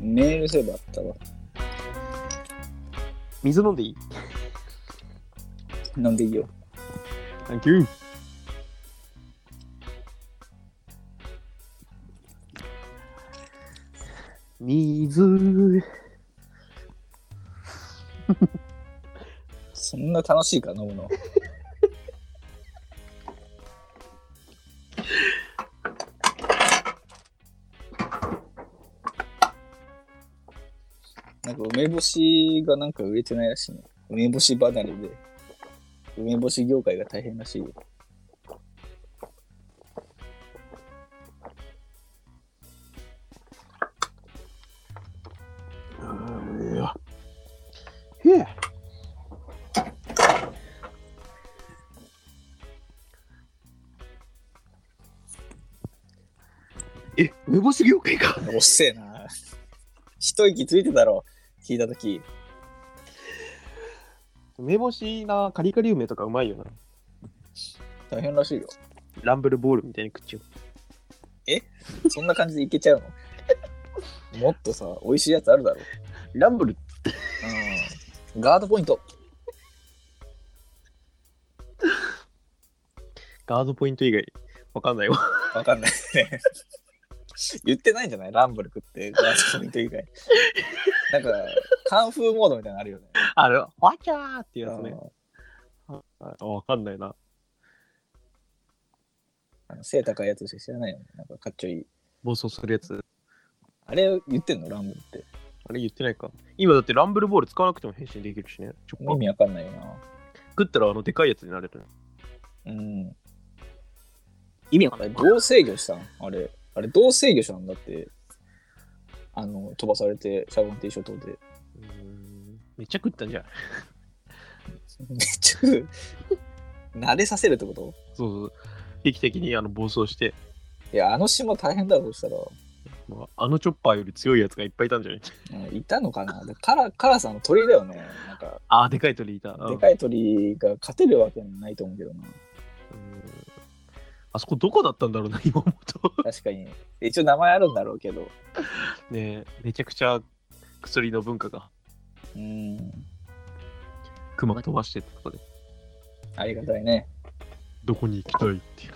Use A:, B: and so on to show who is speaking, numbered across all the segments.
A: メールすればあったわ。
B: 水飲んでいい
A: 飲んでいいよ。
B: Thank you. 水。
A: そんな楽しいか、飲むの。なんか梅干しがなんか売れてないらしいね。梅干し離れで。梅干し業界が大変らしいよ。
B: Yeah. え、梅干し業界か。
A: おっせえな。一息ついてたろ、聞いたとき。
B: 梅干しな、カリカリ梅とかうまいよな。
A: 大変らしいよ。
B: ランブルボールみたいに口を。
A: そんな感じでいけちゃうのもっとさ、美味しいやつあるだろ。
B: ランブル
A: うん。ガードポイント。
B: ガードポイント以外、わかんないわ。
A: わかんないね。 言ってないんじゃないランブルクって、ガードポイント以外。なんか、カンフーモードみたいなのあるよね。
B: あれ、わちゃーっていうやつね。ああわかんないな。
A: あの背高いやつしか知らないよね。なんかかっちょいい。
B: 暴走するやつ。
A: あれ言ってんのランブルって。
B: あれ言ってないか。今だってランブルボール使わなくても変身できるしね。ちょっ
A: 意
B: と
A: 味わかんないよな。
B: 食ったらあのでかいやつになれる。
A: うん。
B: 意味わ
A: あれ、どう制御したんあれ。あれ、どう制御したんだって。あの、飛ばされて、シャボンティー諸島で。
B: めっちゃ食ったんじゃん。
A: めっちゃ、慣れさせるってこと
B: そうそう。定期的にあの暴走して、
A: いや、あの島大変だろ、そしたら。
B: まあ、あのチョッパーより強いやつがいっぱいいたんじゃない
A: うんいたのかなでカラカラさんの鳥だよね。なんか、
B: ああ、でかい鳥いた。
A: で
B: い。
A: かい鳥が勝てるわけないと思うけどな。
B: うんあそこどこだったんだろうな、今思うと。
A: 確かに。一応名前あるんだろうけど。
B: ねえ、めちゃくちゃ薬の文化が
A: うん。
B: 熊飛ばしてってことで、
A: ありがたいね。
B: どこに行きたいっていう。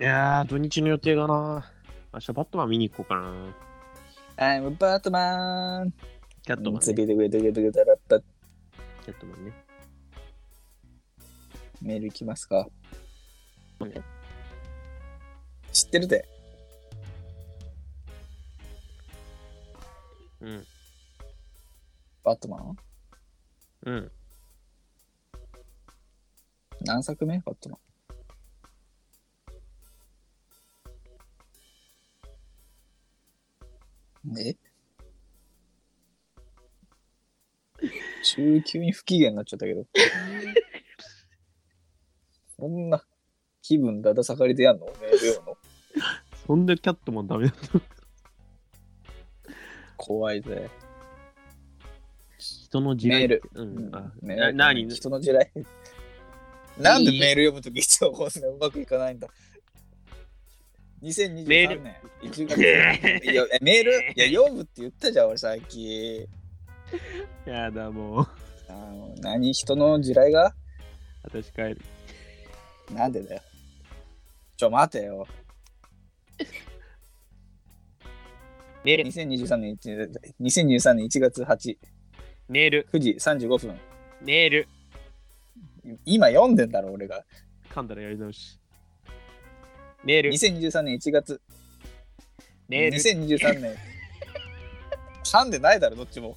B: いやー、土日の予定がな。明日バットマン見に行こうかな。
A: I'm a Batman!
B: キャットマン、
A: つ
B: ね。
A: けてくれてくれてくれたらった
B: キャットマンね。
A: メールいきますか
B: うん。
A: 知ってるで。
B: うん。
A: バットマン
B: うん。
A: 何作目バットマン。え中級に不機嫌になっちゃったけ ど。こんな気分だだ下がりでやんのメール読むの
B: そんでキャットマンダメだった。
A: 怖いぜ。
B: 人の地雷って。う。
A: うんん
B: あ
A: メー
B: な
A: ル
B: 何
A: 人の地雷。なんでメール読むときいつもこんなうまくいかないん だ
B: メール
A: ?2023 年1月いやえメ ールいや読むって言ったじゃん俺さっき
B: やだもう。
A: あの何人の地雷が
B: 私帰る。
A: なんでだよちょ待てよ
B: メール、
A: 2023年 1, 2023年1月8
B: メール、
A: 9時35分
B: メール。
A: 今読んでんだろ俺が
B: 噛んだらやり直し。メール、
A: 2023年1月
B: メール、
A: 2023年 噛んでないだろどっちも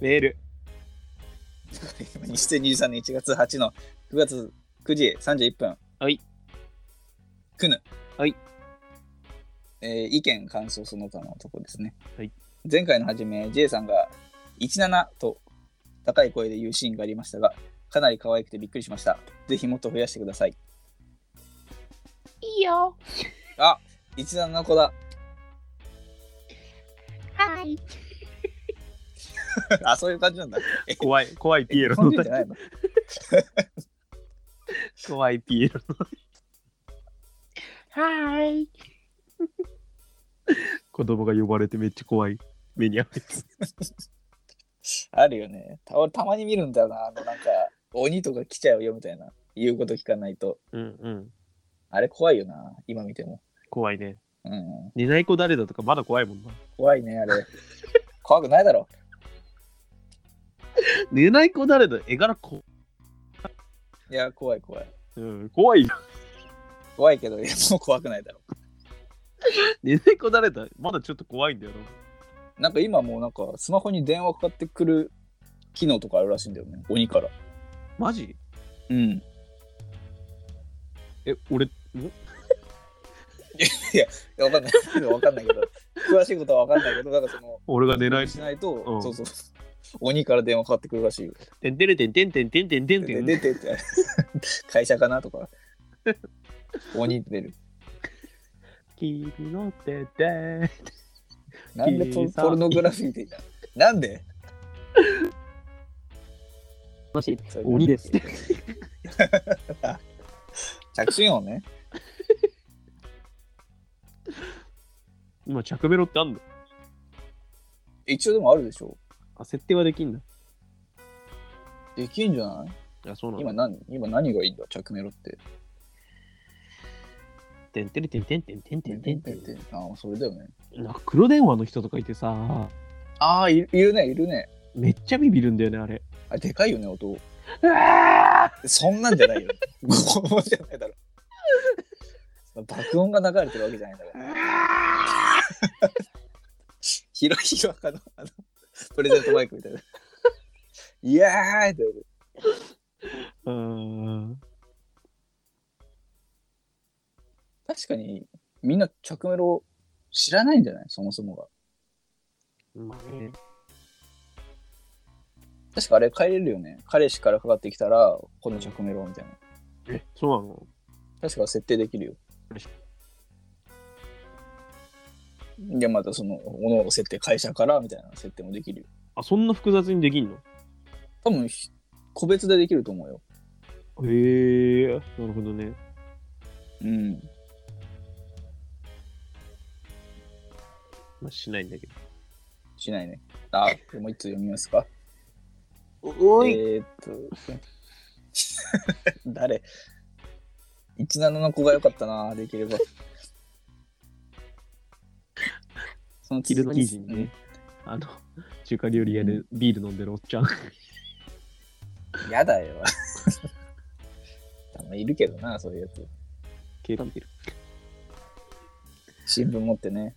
B: メール。
A: 2023年1月8の9月9時31分
B: はい
A: くぬ
B: はい
A: えー意見感想その他のとこですね、
B: はい
A: 前回の初め J さんが17と高い声で言うシーンがありましたがかなり可愛くてびっくりしましたぜひもっと増やしてください
C: いいよ。
A: あ17の子だ
C: はい。
A: あそういう感じなんだ
B: 怖い、怖いピエロ
A: 日本
B: の
A: 人じゃないの
B: 怖いピエロ。
C: はーい。
B: 子供が呼ばれてめっちゃ怖い目に遭うやつ。
A: あるよね。た俺たまに見るんだよな。あのなんか、鬼とか来ちゃうよみたいな。言うこと聞かないと。
B: うんうん。
A: あれ怖いよな。今見ても。
B: 怖いね。
A: うん。
B: 寝ない子誰だとかまだ怖いもんな。
A: 怖いね、あれ。怖くないだろ。
B: 寝ない子誰だ絵柄こ、
A: いや、怖い怖い。
B: うん、怖いよ。
A: 怖いけど、いや もう怖くないだろ。
B: 寝ない子誰だまだちょっと怖いんだよな。
A: なんか今もうなんか、スマホに電話かかってくる機能とかあるらしいんだよね。鬼から。
B: マジ
A: うん。
B: え、俺、
A: いやわかんない。 わかんないけど、詳しいことはわかんないけど、なんかその、
B: 俺が寝ない
A: しないと、
B: うん
A: そうそう。鬼から電話かかってくるらしいよ。
B: てんてれてんてんてんてんてんてんて
A: で
B: ん
A: 出てって、 会社かなとか。鬼出る。
B: 君の手で。
A: なんでポ
B: いいさ
A: ポルノグラフィーで なんで
C: もし、
A: それ
B: 鬼です。
A: 着信音ね。
B: 今、着メロってあんの
A: 一応でもあるでしょ。
B: あ、設定はできんだ。
A: できんじゃない
B: いや、そうなんだ
A: 今。何今何がいいんだ着メロって。
B: てんてれてんてんてんてんてんてんてん。
A: ああ、それだよね。
B: なんか黒電話の人とかいてさ、
A: ああ、いるいるね、いるね。
B: めっちゃビビるんだよね、あれ。
A: あれでかいよね、音。
B: うわ
A: そんなんじゃないよ。拷問じゃないだろ。その爆音が流れてるわけじゃないんだから。ひろひろかのあのプレゼントマイクみたいな。いやーってなる
B: ーうん。
A: 確かにみんな着メロ知らないんじゃないそもそもが。
B: まあね。
A: 確かあれ変えれるよね。彼氏からかかってきたらこの着メロみたいな。
B: え、そうなの
A: 確か設定できるよ。で、またその、おのおの設定、会社からみたいな設定もできるよ。
B: あ、そんな複雑にできんの
A: 多分、ひ個別でできると思うよ。
B: へえ、なるほどね。
A: うん。
B: まあ、しないんだけど。
A: しないね。あ、もう一つ読みますか。
B: お
A: えー、っと、 誰 ?17 の子が良かったな、できれば。その
B: 昼の
A: 続き
B: 記事にね、あの、中華料理屋でビール飲んでるおっちゃん。
A: うんやだよ。たまにいるけどな、そういうやつ。
B: 警官ビール。
A: 新聞持ってね。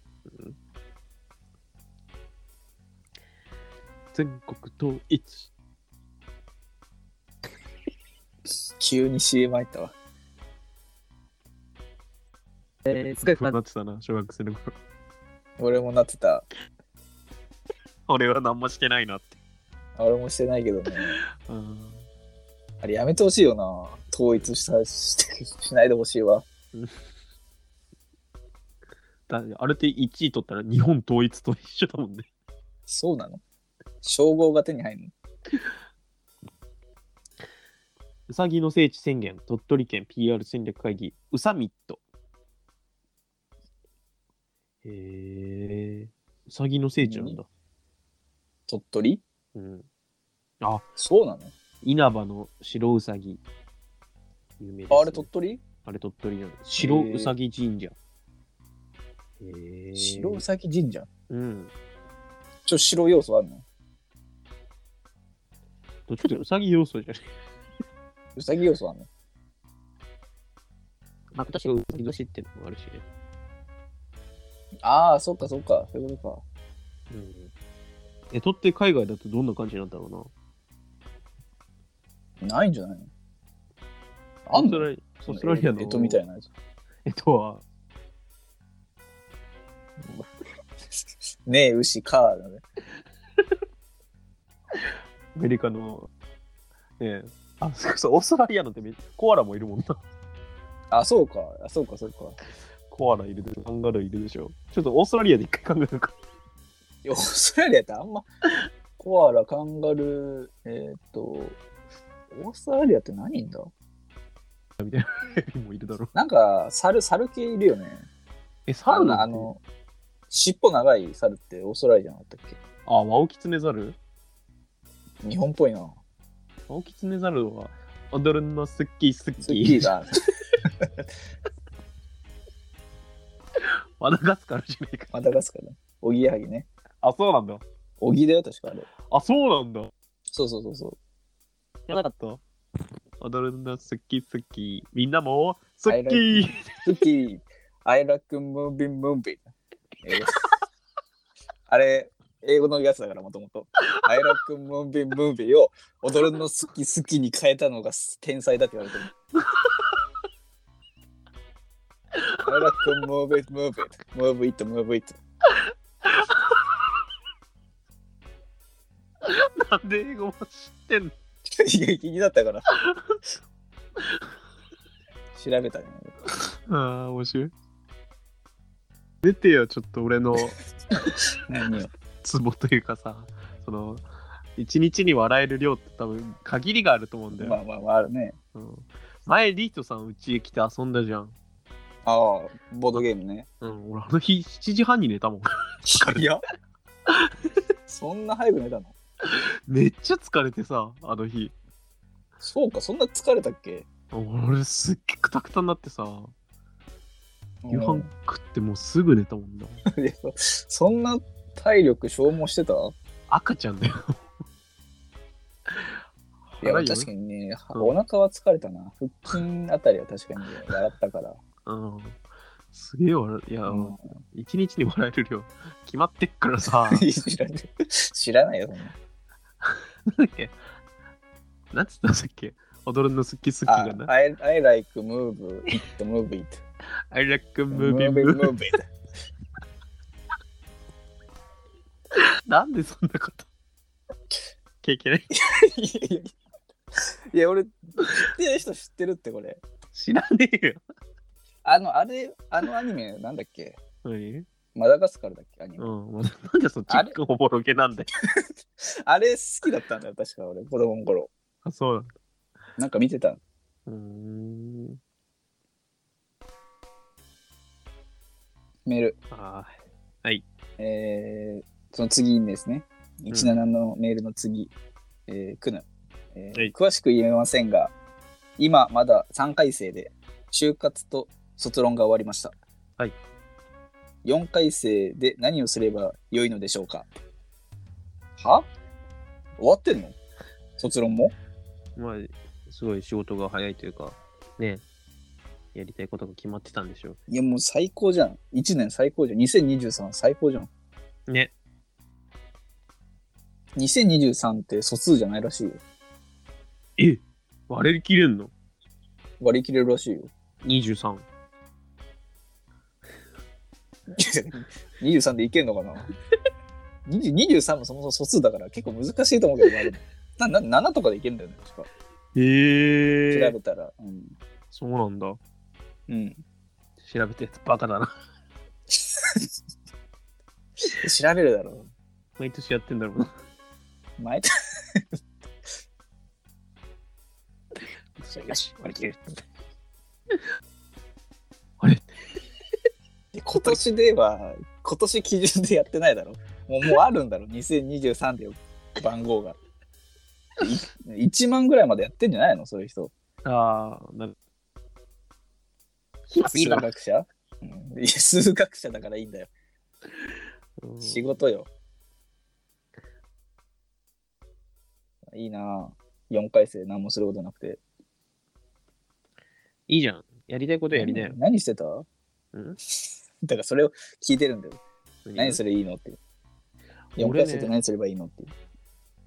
B: 全国統一。
A: 急に CM 入ったわ。
C: えー、すごい不
B: 不安に
C: 安
B: なってたな、小学生の頃。
A: 俺もなってた。
B: 俺は何もしてないなって。
A: 俺もしてないけどね。
B: うん。
A: あれやめてほしいよな。統一したしてしないでほしいわ。
B: だあれって1位取ったら日本統一と一緒だもんね。
A: そうなの称号が手に入るの
B: うさぎの聖地宣言、鳥取県 PR 戦略会議、うさミット。へえ、うさぎの聖地なんだ。
A: 鳥取
B: うん。
A: そうなの
B: 稲葉の白うさぎ。有名です、ね。
A: ああれ鳥取
B: あれ鳥取なの。白うさぎ神社。へえ。
A: 白うさぎ神社
B: うん。
A: ちょ白要素あるの
B: どっちかというとうさぎ要素じゃないう
A: さぎ要素あるの
B: まあ、今年はうさぎ年ってのもあるしね。
A: ああそっかそっかそういうこと
B: うん。え、とって海外だとどんな感じなんだろうな。
A: かないんじゃないのあん
B: オース
A: の
B: トラリアオーストラリアの。
A: えっとみたいなやつ
B: えっとは、
A: ねえ牛かだね
B: アメリカの、ねえ、あ、そうそう、オーストラリアなんてめコアラもいるもんな。
A: あそうかあそうかそうか
B: コアラいるでしょ、カンガルーいるでしょ。ちょっとオーストラリアで一回考えるか。
A: いやオーストラリアってあんまコアラカンガルーえーっとオーストラリアって何いんだ
B: もういるだろう。
A: なんか、猿、猿系いるよね。
B: え、サウ
A: あの
B: ナ
A: あの、尻尾長い猿ってオーストラリアじゃなかったっ
B: あ、ワオキツネザル
A: け日本っぽいな。
B: ワオキツネザルは、踊るの好き好
A: スッキ
B: き
A: リ。だ。
B: マダガスカルじゃねえか。
A: マダガスカル。おぎやはぎね。
B: あ、そうなんだ。
A: おぎだよ、確かあれ。
B: あ、そうなんだ。
A: そうそうそうそう。
B: やばかった。踊るの好き好き。みんなも好
A: はい
B: き。
A: スッキリ、I like moving movie。英語あれ、英語のやつだから、もともと。I like moving movie を踊るの好き好きに変えたのが天才だって言われてる。I like move it, move it, move it, move it.
B: なんで英語も知ってん の
A: いや気になったから。調べたね。
B: ああ、面白い。出てよ、ちょっと俺の
A: 何を。
B: ツボというかさ、その、一日に笑える量って多分限りがあると思うんだよ。
A: まあまあまあ、あるね。
B: うん、前、リートさんうちへ来て遊んだじゃん。
A: ああ、ボードゲームね。
B: うん、俺あの日7時半に寝たもん。
A: い や。そんな早く寝たの
B: めっちゃ疲れてさ、あの日。
A: そうか、そんな疲れたっけ
B: 俺すっげえくたくたになってさ、夕
A: う
B: 飯
A: ん
B: 食ってもうすぐ寝たもんだ。
A: いやそんな体力消耗してたい
B: 赤ちゃ んだよ。
A: や、
B: 腹よ
A: 確かにね、
B: うん
A: お腹は疲れたな。腹筋あたりは確かに笑ったから。
B: うん。すげえ笑いや、
A: うん、
B: 一日に笑える量決まってっからさ
A: 知ら ない知らないよ、そんな
B: なんだっけなんつったんだっけ踊るの好き好き
A: あ
B: がな。
A: I, I like move it, move it.
B: I like
A: Move
B: movie
A: it,
B: movie.
A: move it.
B: なんでそんな こと経験ない
A: いやいやいやいや俺知ってる人知ってるってこれ
B: 知らねえよ。
A: あのあれあのアニメなんだっけ
B: 何
A: マダガスカルだっけアニメ、
B: うん。なんでそっち
A: あれ
B: おぼろげなんだよ。
A: あれ好きだったんだよ確か俺子供の頃
B: あ、そうなんだ。
A: なんか見てた
B: うーん。
A: メール
B: あー
A: えー、その次にですね17のメールの次、えーくぬ、えー
B: はい
A: 詳しく言えませんが今まだ3回生で就活と卒論が終わりました
B: はい
A: 4回生で何をすれば良いのでしょうかは終わってんの卒論も
B: まあ、すごい仕事が早いというか、ねえやりたいことが決まってたんでしょ
A: いやもう最高じゃん1年最高じゃん2023最高じゃん
B: う。ね。
A: 2023って卒じゃないらしいよ
B: え割り切れんの
A: 割り切れるらしいよ
B: ?23。
A: 23でいけるのかな20 ?23 もそもそも素数だから結構難しいと思うけど、まあでも、なな7とかでいけるんだよね、確か。
B: へ
A: 調べたら。うん。
B: そうなんだ。
A: うん、
B: 調べてバカだな。
A: 調べるだろう。
B: 毎年やってんだろうな。
A: 前と
B: よし、割り切れる。あれ
A: 今年では、今年基準でやってないだろう。もうもうあるんだろう、2023で番号が。い1万ぐらいまでやってんじゃないのそういう人。
B: ああ、なる。暇すぎ
A: 数
B: だな。
A: 学者、うん、いや数学者だからいいんだよ。
B: うん
A: 仕事よ。いいなぁ。4回生何もすることなくて。
B: いいじゃん。やりたいことやりなよ
A: 何。何してた
B: うん
A: だからそれを聞いてるんだよ。何す
B: れ
A: ればいいのって。
B: 俺
A: 4
B: ね
A: 回生って何すればいいのって。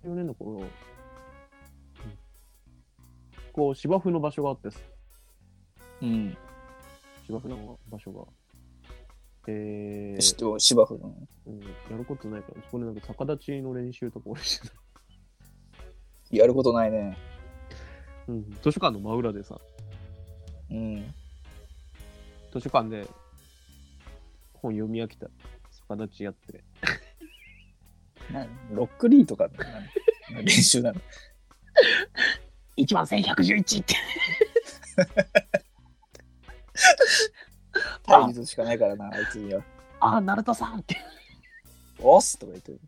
B: ?4 年の頃、うんこう芝生の場所があってさ
A: うん。
B: 芝生の場所が。で、
A: 知ってる芝生の。
B: うん、やることないから、そこでなんか逆立ちの練習とか俺してた。
A: やることないね。
B: うん、図書館の真裏でさ、
A: うん。
B: 図書館で本読み飽きた。逆立ちやって。
A: なロックリーとかのな練習なの。
B: 1万1111って。
A: 対立しかないからな、あいつには。
B: あ、ナルトさんって。
A: おっすとか言ってる。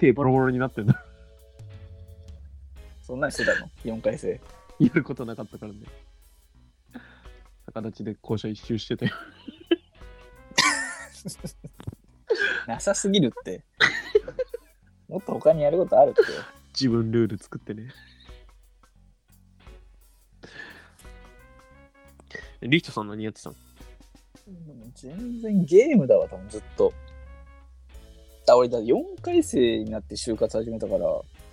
B: 手ボロボロにな ってんだ。
A: そんなんしてたの ?4 回生。
B: 言うことなかったからね。逆立ちで校舎一周してたよ。
A: なさすぎるって。もっと他にやることあるって。
B: 自分ルール作ってね。リヒトさん何やってたの
A: 全然ゲームだわ、多分ずっと。だ俺だ、4回生になって就活始めたから、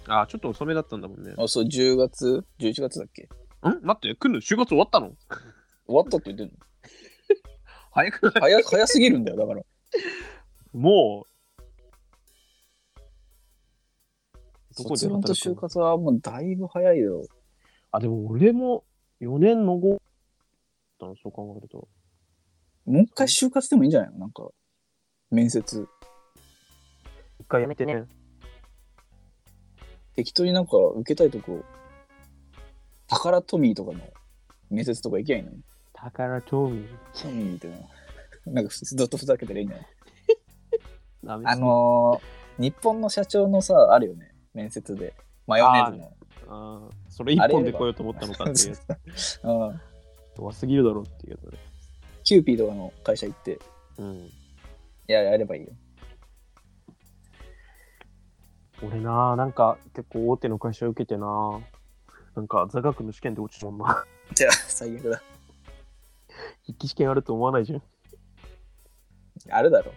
B: あー、ちょっと遅めだったんだもんね。
A: あそう、10月、11月だっけ
B: ん待って、来るの就活終わったの
A: 終わったって言ってんの
B: 早くない
A: 早 早すぎるんだよ、だから。
B: もう。どこで
A: 卒論と
B: 働
A: 就
B: くの
A: 活はもうだいぶ早いよ。
B: あ、でも俺も4年の後だったの、そう考えると。
A: もう一回就活でもいいんじゃないのなんか、面接。
B: 一回や
C: めてね。
A: 適当になんか受けたいとこ、宝トミーとかの面接とか行けないのに。
B: 宝トミー。
A: トミーってな。なんかふずっとふざけてるいいんじゃない
B: ダメ
A: あのー、日本の社長のさ、あるよね。面接で。マヨネーズの。
B: あーそれ一本で来ようと思ったのかっていうやつ。
A: うん
B: 弱すぎるだろうっていうやつね。
A: キューピーとかの会社行って、
B: うん。
A: いや、やればいいよ。
B: 俺なあなんか結構大手の会社受けてななんか座学の試験で落ちたもんな。
A: じゃあ、最悪だ。
B: 筆記試験あると思わないじゃん。
A: あるだろ。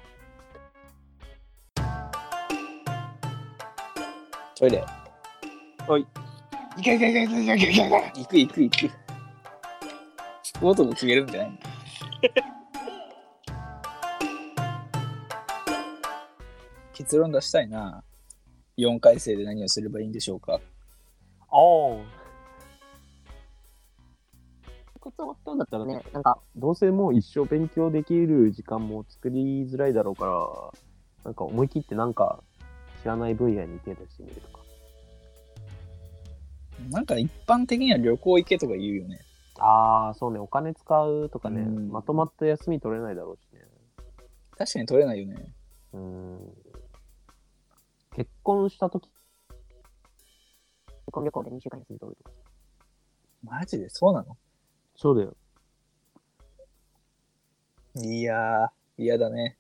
A: トイレ。
B: いけいけいけいけいけいけいけ
A: 行く行く行く。ボートも決めるんじゃないの結論出したいな。4回生で何をすればいいんでしょうか。
B: おー就活終わったんだったらね
C: ね、なんか、
B: どうせもう一生勉強できる時間も作りづらいだろうから、なんか思い切ってなんか知らない分野に手出してみるとか。
A: なんか一般的には旅行行けとか言うよね。
B: ああ、そうね、お金使うとかね、
A: うん
B: まとまった休み取れないだろうしね。
A: 確かに取れないよね。
B: うん。結婚したとき、
C: 結婚旅行で2週間
B: 休み取るとか。
A: マジでそうなの
B: そうだよ。
A: いやー、嫌だね。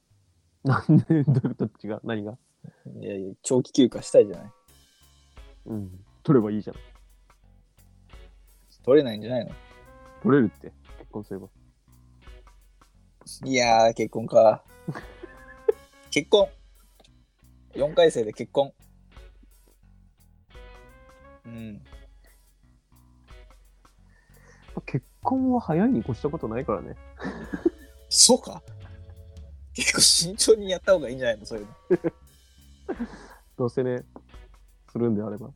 B: なんで、どういうこと違う何が
A: いやいや、長期休暇したいじゃない。
B: うん。取ればいいじゃん。
A: 取れないんじゃないの
B: 取れるって、結婚すれば。
A: いやー、結婚か。 結婚 !4 回生で結婚。うん。
B: 結婚は早いに越したことないからね。
A: そうか結構慎重にやった方がいいんじゃないのそういう
B: どうせね、するんであれば。
A: の。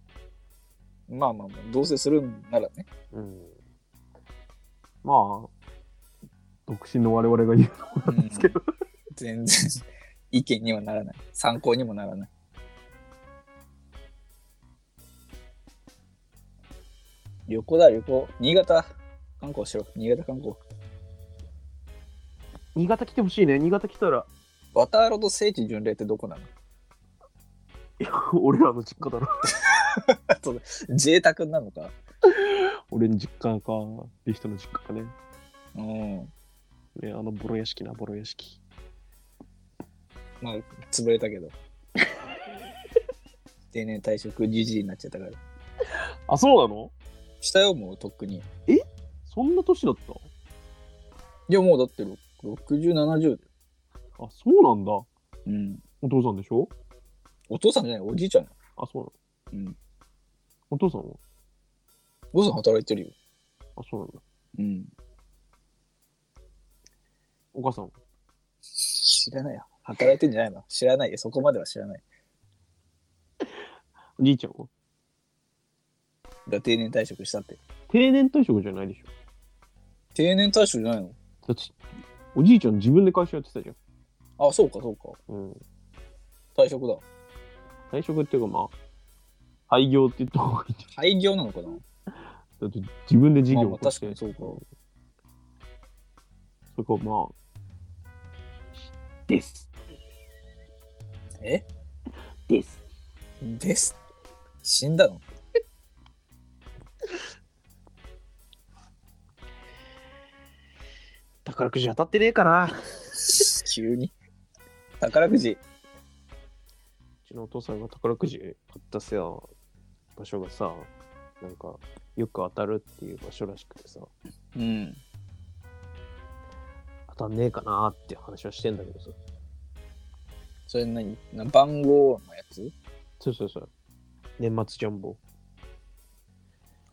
A: まあまあまあ、どうせするんならね。
B: うん。まあ、独身の我々が言う。
A: うん
B: すけど
A: 全然意見にはならない。参考にもならない。旅行だ、旅行。新潟観光しろ。新潟観光。
B: 新潟来てほしいね。新潟来たら、
A: ワターロと聖地巡礼ってどこなの
B: 俺らの実家だろ。
A: 贅沢なのか。
B: 俺の実家か、リヒトの実家かね。
A: うん。
B: ね、あのボロ屋敷な、ボロ屋敷。
A: まあ、潰れた けど。定年退職じじいになっちゃったから。
B: あ、そうなの
A: したよ、もうとっくに。
B: そんな年だった
A: いや、もうだって60、70。
B: あ、そうなんだ。
A: うん。
B: お父さんでしょ
A: お父さんじゃない、おじいちゃんよ。
B: あ、そうなの。
A: うん。
B: お父さんは
A: お父さん働いてるよ。
B: あ、そうなんだ。
A: うん。
B: お母さんは
A: 知らないよ。働いてんじゃないの知らないよ。そこまでは知らない。
B: おじいちゃんは
A: だ定年退職したって。
B: 定年退職じゃないでしょ
A: 定年退職じゃないの
B: だって、おじいちゃん自分で会社やってたじゃん。
A: あ、そうか、そうか。
B: うん。
A: 退職だ。
B: 退職っていうかまあ、廃業って言った方がいいんじゃ
A: 廃業なのかな
B: なだって自分で事業
A: まあま
B: を
A: あ確かにそうか。
B: そこまあ。です。
A: え
B: です。
A: です死んだの
B: 宝くじ当たってねえかな。う
A: 急に宝くじ。
B: ちのお父さんが宝くじ買ったせや場所がさ、なんかよく当たるっていう場所らしくてさ、
A: うん。
B: 当たんねえかなって話はしてんだけどさ。
A: それ何な番号のやつ
B: そうそうそう。年末ジャンボ。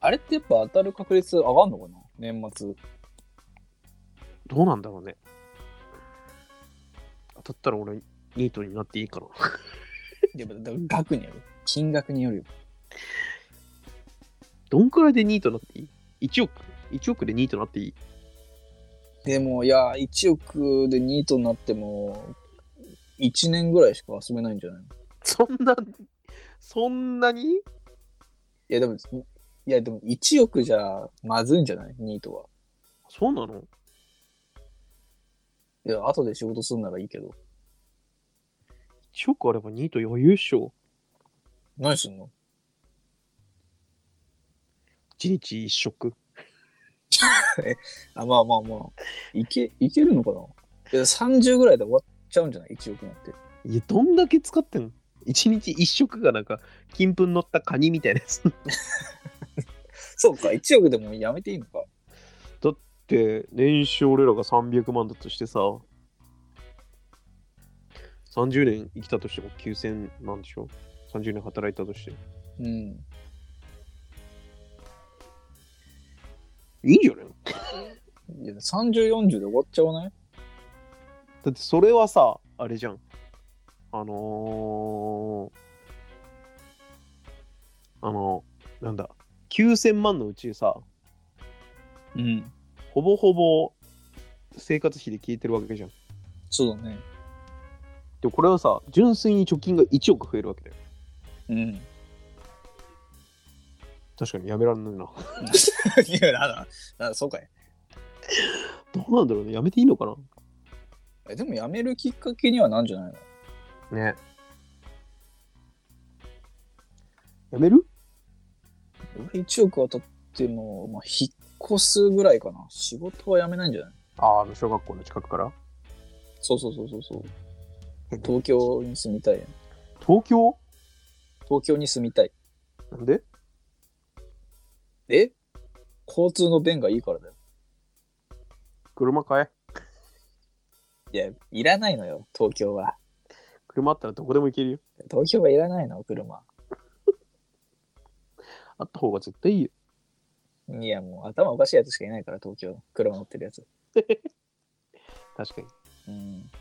A: あれってやっぱ当たる確率上がんのかな年末。
B: どうなんだろうね。当たったら俺、ニートになっていいかな。
A: でもだから額による。金額によるよ。
B: どんくらいでニートになっていい ?1 億。1億でニートになっていい
A: でも、いや、1億で2となっても、1年ぐらいしか遊べないんじゃないのい
B: そんな、そんなに
A: や、でも、いや、でも1億じゃまずいんじゃない ?2 とは。
B: そうなの
A: いや、後で仕事するならいいけど。
B: ?1 億あればニート余裕っしょ。
A: 何すんの
B: 1日1食。
A: あ、まあまあまあ。いけ、いけるのかないや、30ぐらいで終わっちゃうんじゃない ?1 億なんて。
B: いや、どんだけ使ってんの ?1 日1食がなんか、金粉乗ったカニみたいなやつ。
A: そうか、1億でもやめていいのか。
B: で、年収俺らが300万だとしてさ、30年生きたとしても9000万でしょ ?30 年働いたとして。
A: うん。
B: いいんじゃないの
A: いや、30、40で終わっちゃわない
B: だってそれはさ、あれじゃん。あのー、あの、なんだ、9000万のうちさ、
A: うん。
B: ほぼほぼ生活費で消えてるわけじゃん。
A: そうだね。
B: で、これはさ、純粋に貯金が1億増えるわけだよ。
A: うん。
B: 確かにやめられないな。
A: いや、なんだ、なんだそうかい。
B: どうなんだろうね、やめていいのか
A: えでも辞めるきっかけにはなんじゃないの
B: なね。やめる
A: 俺1億当たっても、まあ、引っ越すぐらいかな。仕事は辞めないんじゃない
B: ああ、の小学校の近くから
A: そうそうそうそうそう。東京に住みたい。
B: 東京
A: 東京に住みたい。
B: なんで
A: え交通の便がいいからだよ。
B: 車買え。
A: いや、いらないのよ、東京は。
B: 車あったらどこでも行けるよ。
A: 東京はいらないの、車。
B: あった方が絶対いいよ。
A: いや、もう頭おかしいやつしかいないから、東京。車乗ってるやつ。
B: 確かに。
A: うん。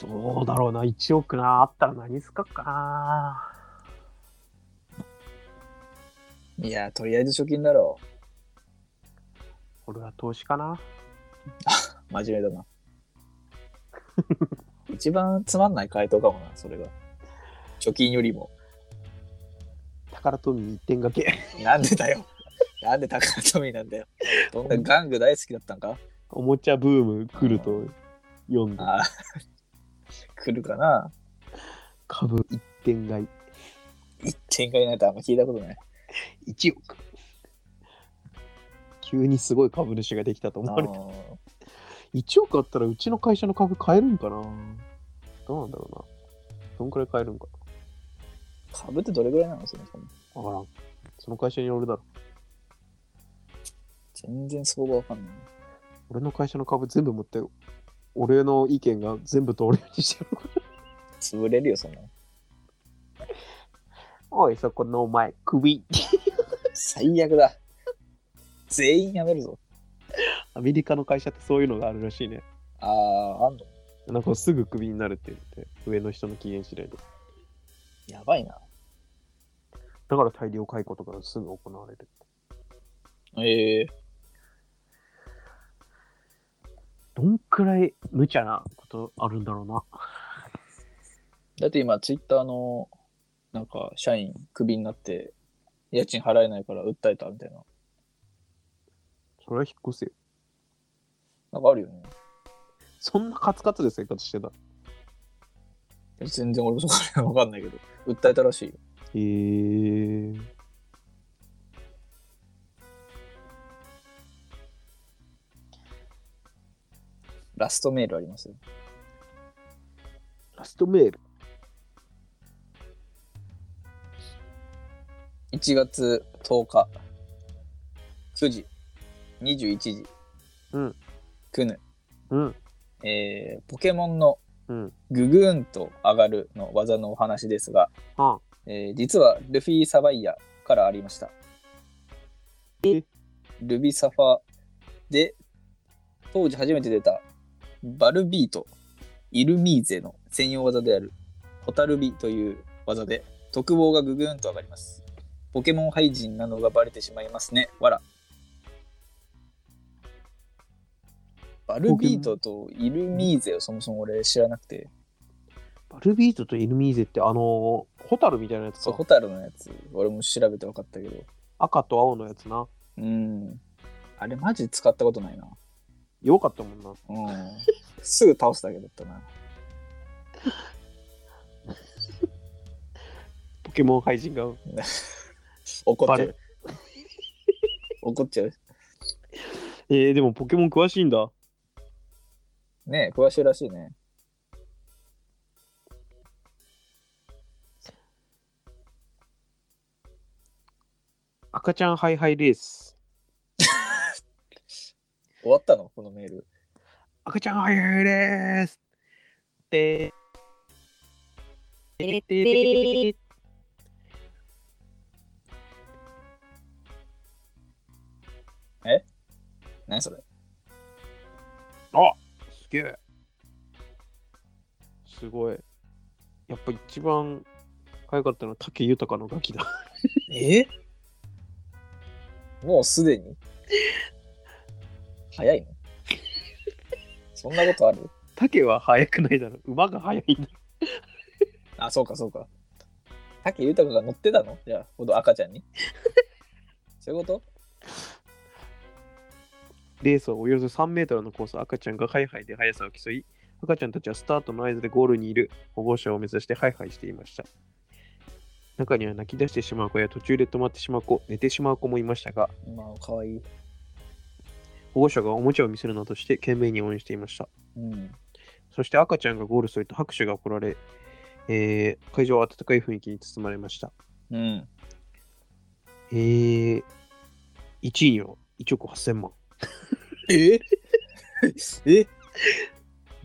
B: どうだろうな、1億な、あったら何使うかな。
A: いや、とりあえず貯金だろ
B: 俺は投資かな。
A: う。真面目だ な。一番つまんない回答かもな、それが。貯金よりも。
B: 宝富に一点掛け。
A: なんでだよ。なんで宝富なんだよ。どんな玩具大好きだったんか
B: おもちゃブーム来ると読んで、
A: ああ。来るかな
B: 株一点買い。
A: 一点買いなんてあんま聞いたことない。
B: 1億。急にすごい株主ができたと思
A: あ
B: われて。1億あったらうちの会社の株買えるんかなどうなんだろうな。どんくらい買えるんか
A: ー株ってどれぐらいなのそもそも
B: な。わからん。その会社によるだろ。
A: 全然相場わかんない。
B: 俺の会社の株全部持って、俺の意見が全部通るようにしてる。
A: 潰れるよ、そんなの。
B: おい、そこのお前、首。
A: 最悪だ。全員辞めるぞ。
B: アメリカの会社ってそういうのがあるらしいね。
A: ああ、あんの
B: なんかすぐクビになるって言って、上の人の機嫌次第で。
A: やばいな。
B: だから大量解雇とかすぐ行われる。
A: ええ
B: どんくらい無茶なことあるんだろうな。
A: だって今、ツイッターのなんか社員クビになって家賃払えないから訴えたみたいな
B: それは引っ越せよ。
A: なんかあるよね
B: そんなカツカツで生活してた。
A: 全然俺もそこら辺わかんないけど訴えたらしいよ
B: へえー。
A: ラストメールあります
B: ラストメール。
A: 1月10日9時21時
B: うん
A: くぬ、
B: うん
A: えーポケモンの
B: うん
A: ググーンと上がるの技のお話ですが、
B: は
A: えー実はルフィサバイヤからありましたルビサファで当時初めて出たバルビーとイルミーゼの専用技であるホタルビという技で特防がググーンと上がりますポケモン廃人なのがバレてしまいますね。わら。バルビートとイルミーゼをそもそも俺知らなくて、
B: バルビートとイルミーゼってあのー、ホタルみたいなやつ
A: そう、
B: か
A: ホ。タルのやつ、俺も調べて分かったけど、
B: 赤と青のやつな。
A: うん。あれマジ使ったことないな。
B: よかったもんな。
A: うん。すぐ倒すだけだったな。
B: ポケモン廃人が
A: 怒っ
B: バ
A: ちゃ
B: レ
A: う。怒っちゃう。
B: えー、でもポケモン詳しいんだ。
A: ねえ、詳しいらしいね。
B: 赤ちゃんハイハイレース。
A: 終わったのこのメール。
B: 赤ちゃんハイハイレース。で、で、で、で、で、
A: 何それ
B: すげえ。すごい。やっぱ一番可愛かったのは竹豊のガキだ。
A: えもうすでに早いのそんなことある
B: 竹は速くないだろ。馬が速いんだ。
A: あ、そうかそうか。竹豊が乗ってたのじゃあ、この赤ちゃんに。そういうこと
B: レースはおよそ3メートルのコース、赤ちゃんがハイハイで速さを競い、赤ちゃんたちはスタートの合図でゴールにいる保護者を目指してハイハイしていました。中には泣き出してしまう子や途中で止まってしまう子、寝てしまう子もいましたが、
A: まあ、かわいい。
B: 保護者がおもちゃを見せるなどして懸命に応援していました。
A: うん。
B: そして赤ちゃんがゴールすると拍手が送られ、えー会場は温かい雰囲気に包まれました。
A: うん。
B: えー、1位には1億8000万
A: ええ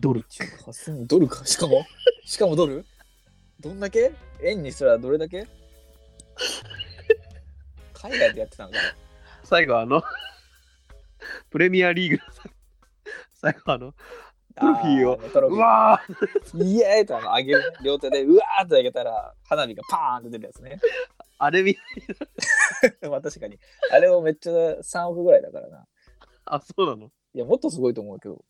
B: ドル。
A: ?8000 ドルかしかもしかもドルどんだけ円にしたらどれだけ海外でやってたんかな
B: 最後あの、 プレミアリーグの最後あの、トロフィーを
A: あ。トロフィー
B: わー
A: イエーイとあの上げる両手でうわーって上げたら花火がパーンって出るやつね。
B: あれみ、
A: まあ確かに。あれもめっちゃ3億ぐらいだからな。
B: あ、そうなの
A: いや、もっとすごいと思うけど。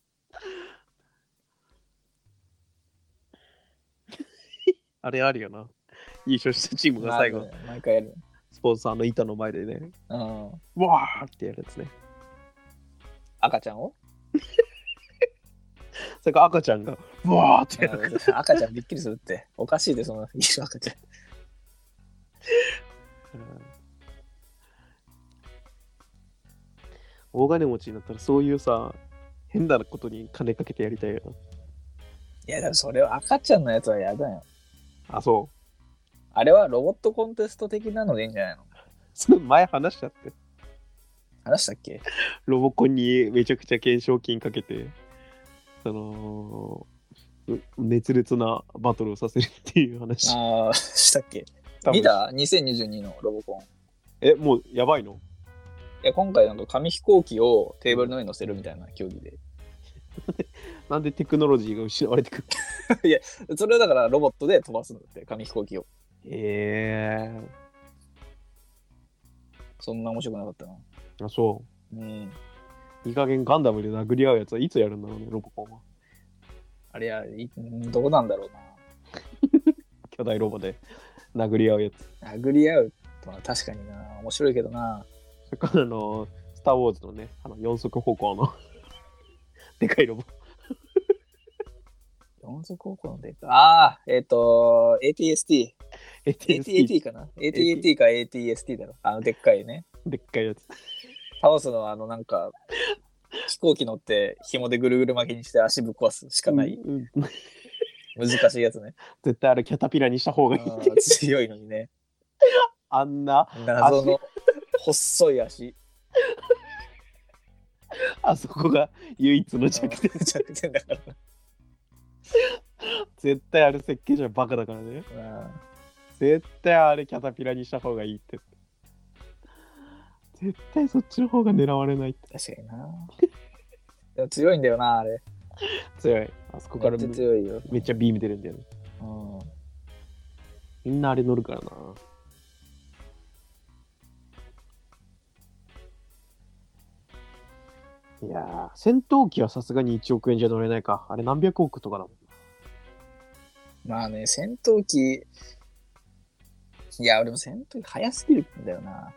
B: あれあるよな。優勝したチームが最後、
A: まあ。毎回やる。
B: スポンサーの板の前でね、
A: うん。
B: わーってやるやつね。
A: 赤ちゃん を
B: それから赤ちゃんが、わーってやる。
A: うん赤ちゃんびっくりするって。おかしいで、その 一緒赤ちゃん。
B: 大金持ちになったらそういうさ、変なことに金かけてやりたいよ
A: いや、でもそれは赤ちゃんのやつはやだよ。
B: な。あ、そう。
A: あれはロボットコンテスト的なのでいいんじゃないの
B: それ 前話しちゃって。
A: 話したっけ
B: ロボコンにめちゃくちゃ懸賞金かけて、その、う熱烈なバトルをさせるっていう話。
A: ああ、したっけ
B: 多分
A: 見た ?2022 のロボコン。
B: え、もうやばいの
A: いや、今回なんか紙飛行機をテーブルの上に乗せるみたいな競技で。
B: なんでテクノロジーが失われてくる
A: それをだからロボットで飛ばすんだって、紙飛行機を。
B: へえ
A: そんな面白くなかったな。
B: あ、そ
A: うん。
B: う。いい加減ガンダムで殴り合うやつはいつやるんだろうね、ロボコンは。
A: あれや、いうんどこなんだろうな。
B: 巨大ロボで。殴り合うやつ。
A: 殴り合うとは確かにな、面白いけどな。
B: それからあの、スター・ウォーズのね、あの四足歩行の、 でかいロボ。
A: 四足高校のデータ。ああ、えっ、と、ATST。
B: AT-AT
A: ATAT かな ?ATAT か ATST だろ。あの、でっかいね。
B: でっかいやつ。
A: 倒すのは、あの、なんか、飛行機乗って紐でぐるぐる巻きにして足ぶっ壊すしかない。
B: うん
A: 難しいやつね。
B: 絶対あれキャタピラにした方がいい。
A: うん強いのにね。
B: あんな、
A: 謎の細い足。
B: あそこが唯一の弱点。
A: 弱点だからな
B: 絶対あれ設計者バカだからね。
A: うん。
B: 絶対あれキャタピラにした方がいいって。絶対そっちの方が狙われないって。
A: 確かにな。でも強いんだよな、あれ。
B: 強い。あそこから
A: めっ
B: め
A: ちゃ強いよ。
B: めっちゃビーム出るんだよね。
A: うん。
B: みんなあれ乗るからな。いやー、戦闘機はさすがに1億円じゃ乗れないか。あれ何百億とかだもん。
A: まあね、戦闘機。いや、俺も戦闘機早すぎるんだよな。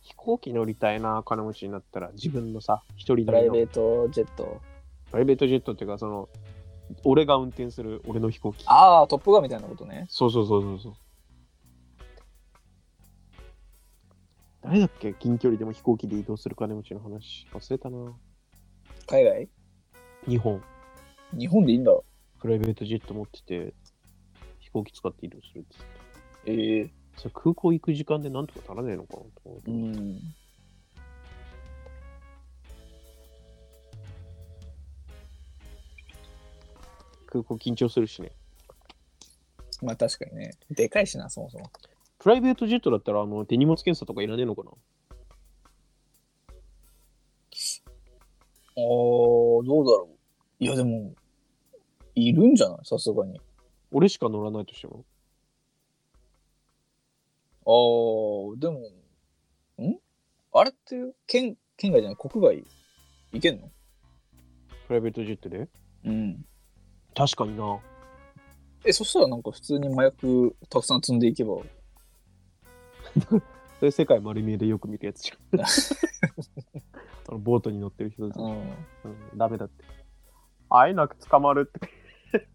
B: 飛行機乗りたいな、金持ちになったら。自分のさ、一人
A: プ
B: 乗
A: ラ
B: り
A: イ
B: の
A: ベートジェット。
B: プライベートジェットっていうか、その、俺が運転する俺の飛行機。
A: ああ、トップガンみたいなことね。
B: そうそうそうそうそう。誰だっけ近距離でも飛行機で移動する金持ちの話。忘れたな。
A: 海外
B: 日本、
A: 日本でいいんだ。
B: プライベートジェット持ってて、飛行機使って移動するって言って
A: ええ
B: た。それ空港行く時間でなんとか足らねえのかなと思って。
A: うん。
B: 空港緊張するしね。
A: まあ確かにね。でかいしな、そもそも。
B: プライベートジェットだったら、あの、手荷物検査とかいらねえのかな
A: おー、どうだろう。いや、でも、いるんじゃないさすがに。
B: 俺しか乗らないとしても。
A: あー、でも、んあれって、県、県外じゃない国外行けんの
B: プライベートジェットで
A: うん。
B: 確かにな。
A: え、そしたらなんか普通に麻薬たくさん積んでいけば、
B: それ世界丸見えでよく見るやつじゃん。あのボートに乗ってる人たち。
A: うん。
B: うん、ダメだって。会えなく捕まるって。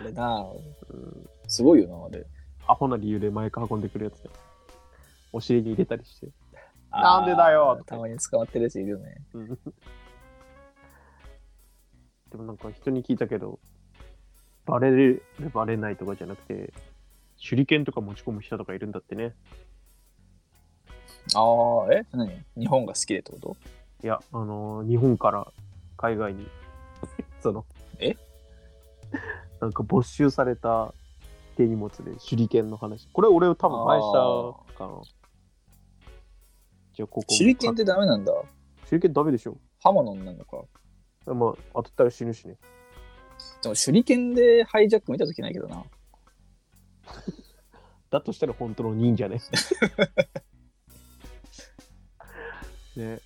A: あれなあ
B: うん、
A: すごいよな、あれ。
B: アホな理由でマイク運んでくるやつだよ。お尻に入れたりして。
A: あー
B: なんでだよ
A: たまに捕まってるやついるよね。
B: うんでもなんか人に聞いたけど、バレる、バレないとかじゃなくて、手裏剣とか持ち込む人とかいるんだってね。
A: ああ、え何日本が好きでってこと
B: いや、あのー日本から海 外に、その、
A: え
B: なんか没収された手荷物で手裏剣の話。これ俺多分前したかな。じゃあここ。
A: 手裏剣ってダメなんだ。
B: 手裏剣ダメでしょ。
A: 刃物になるのか。
B: まあ当たったら死ぬしね。
A: でも手裏剣でハイジャック見たときないけどな。
B: だとしたら本当の忍 者ね。ね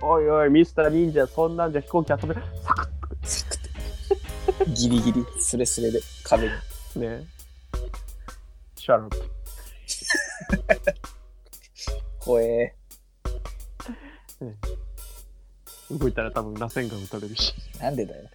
B: おいおい、ミスター忍者、そんなんじゃ飛行機遊べる。サク
A: サクッてギリギリ、スレスレで壁に。
B: ッねシャーロップ。
A: 怖え。
B: 動いたら多分螺旋が打たれるし。
A: なんでだよ。